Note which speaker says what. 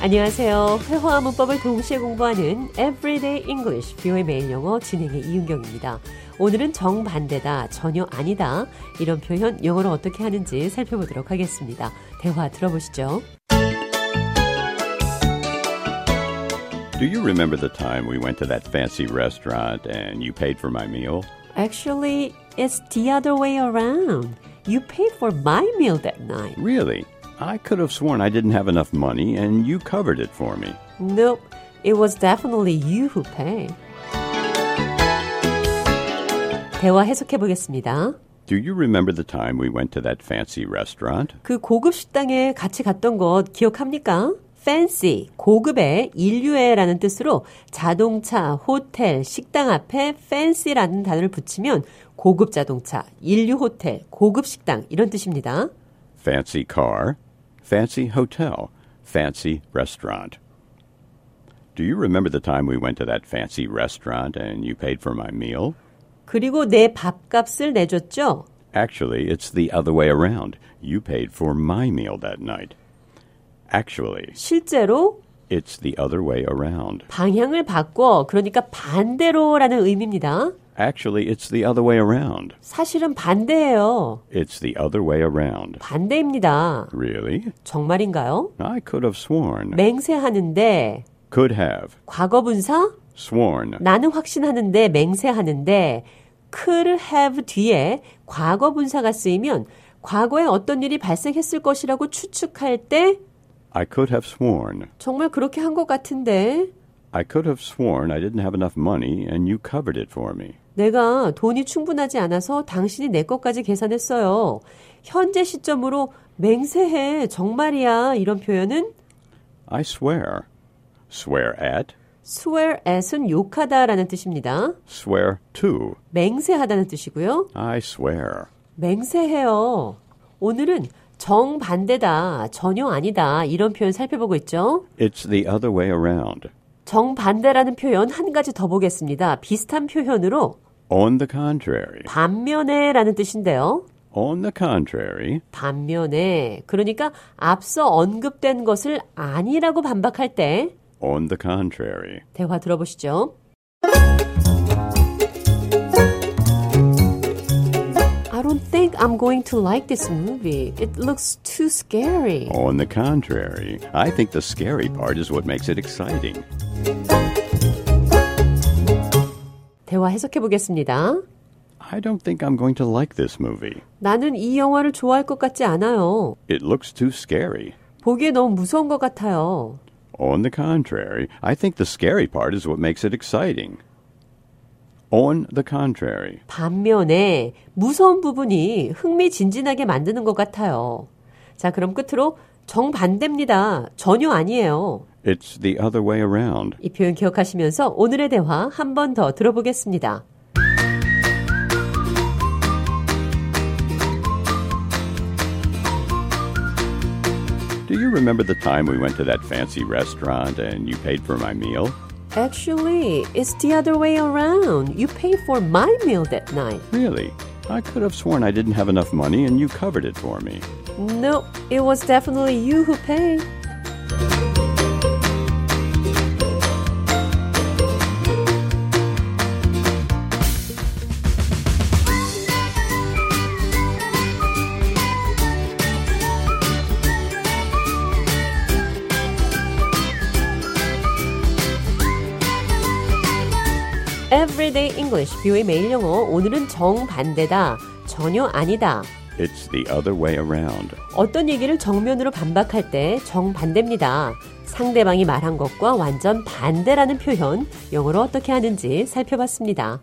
Speaker 1: 안녕하세요. 회화와 문법을 동시에 공부하는 Everyday English 뷰의 매일 영어 진행의 이은경입니다. 오늘은 정반대다, 전혀 아니다 이런 표현 영어로 어떻게 하는지 살펴보도록 하겠습니다. 대화 들어보시죠.
Speaker 2: Do you remember the time we went to that fancy restaurant and you paid for my meal?
Speaker 1: Actually, it's the other way around. You paid for my meal that night.
Speaker 2: Really? I could have sworn I didn't have enough money and you covered it for me.
Speaker 1: Nope, it was definitely you who paid. 대화 해석해 보겠습니다.
Speaker 2: Do you remember the time we went to that fancy restaurant?
Speaker 1: 그 고급 식당에 같이 갔던 것 기억합니까? fancy, 고급의 인류애라는 뜻으로 자동차, 호텔, 식당 앞에 fancy라는 단어를 붙이면 고급 자동차, 인류 호텔, 고급 식당 이런 뜻입니다.
Speaker 2: Fancy car, fancy hotel, fancy restaurant. Do you remember the time we went to that fancy restaurant and you paid for my meal?
Speaker 1: 그리고 내 밥값을 내줬죠?
Speaker 2: Actually, it's the other way around. You paid for my meal that night. Actually,
Speaker 1: 실제로
Speaker 2: it's the other way around.
Speaker 1: 방향을 바꿔 그러니까 반대로라는 의미입니다.
Speaker 2: Actually, it's the other way around.
Speaker 1: 사실은 반대예요.
Speaker 2: It's the other way around.
Speaker 1: 반대입니다.
Speaker 2: Really?
Speaker 1: 정말인가요?
Speaker 2: I could have sworn.
Speaker 1: 맹세하는데
Speaker 2: Could have.
Speaker 1: 과거분사
Speaker 2: Sworn.
Speaker 1: 나는 확신하는데 맹세하는데 could have 뒤에 과거 분사가 쓰이면 과거에 어떤 일이 발생했을 것이라고 추측할 때
Speaker 2: I could have sworn.
Speaker 1: 정말 그렇게 한 것 같은데
Speaker 2: I could have sworn I didn't have enough money and you covered it for me.
Speaker 1: 내가 돈이 충분하지 않아서 당신이 내 것까지 계산했어요. 현재 시점으로 맹세해 정말이야 이런 표현은
Speaker 2: I swear. Swear at.
Speaker 1: swear at은 욕하다라는 뜻입니다.
Speaker 2: Swear to.
Speaker 1: 맹세하다는 뜻이고요.
Speaker 2: I swear.
Speaker 1: 맹세해요. 오늘은 정반대다, 전혀 아니다 이런 표현 살펴보고 있죠.
Speaker 2: It's the other way around.
Speaker 1: 정반대라는 표현 한 가지 더 보겠습니다. 비슷한 표현으로
Speaker 2: On the contrary.
Speaker 1: 반면에라는 뜻인데요.
Speaker 2: On the contrary.
Speaker 1: 반면에 그러니까 앞서 언급된 것을 아니라고 반박할 때
Speaker 2: On the contrary.
Speaker 1: 대화 들어보시죠. I don't think I'm going to like this movie. It looks too scary.
Speaker 2: On the contrary. I think the scary part is what makes it exciting.
Speaker 1: 대화 해석해 보겠습니다.
Speaker 2: I don't think I'm going to like this movie.
Speaker 1: 나는 이 영화를 좋아할 것 같지 않아요.
Speaker 2: It looks too scary.
Speaker 1: 보기에 너무 무서운 것 같아요.
Speaker 2: On the contrary, I think the scary part is what makes it exciting. On the contrary,
Speaker 1: 반면에 무서운 부분이 흥미진진하게 만드는 것 같아요. 자, 그럼 끝으로 정반대입니다. 전혀 아니에요.
Speaker 2: it's the other way around.
Speaker 1: 이 표현 기억하시면서 오늘의 대화 한 번 더 들어보겠습니다.
Speaker 2: Do you remember the time we went to that fancy restaurant and you paid for my meal?
Speaker 1: Actually, it's the other way around. You pay for my meal that night.
Speaker 2: Really? I could have sworn I didn't have enough money and you covered it for me.
Speaker 1: No, it was definitely you who paid. Everyday English, 뷰의 매일 영어. 오늘은 정반대다. 전혀 아니다.
Speaker 2: It's the other way around.
Speaker 1: 어떤 얘기를 정면으로 반박할 때 정반대입니다. 상대방이 말한 것과 완전 반대라는 표현, 영어로 어떻게 하는지 살펴봤습니다.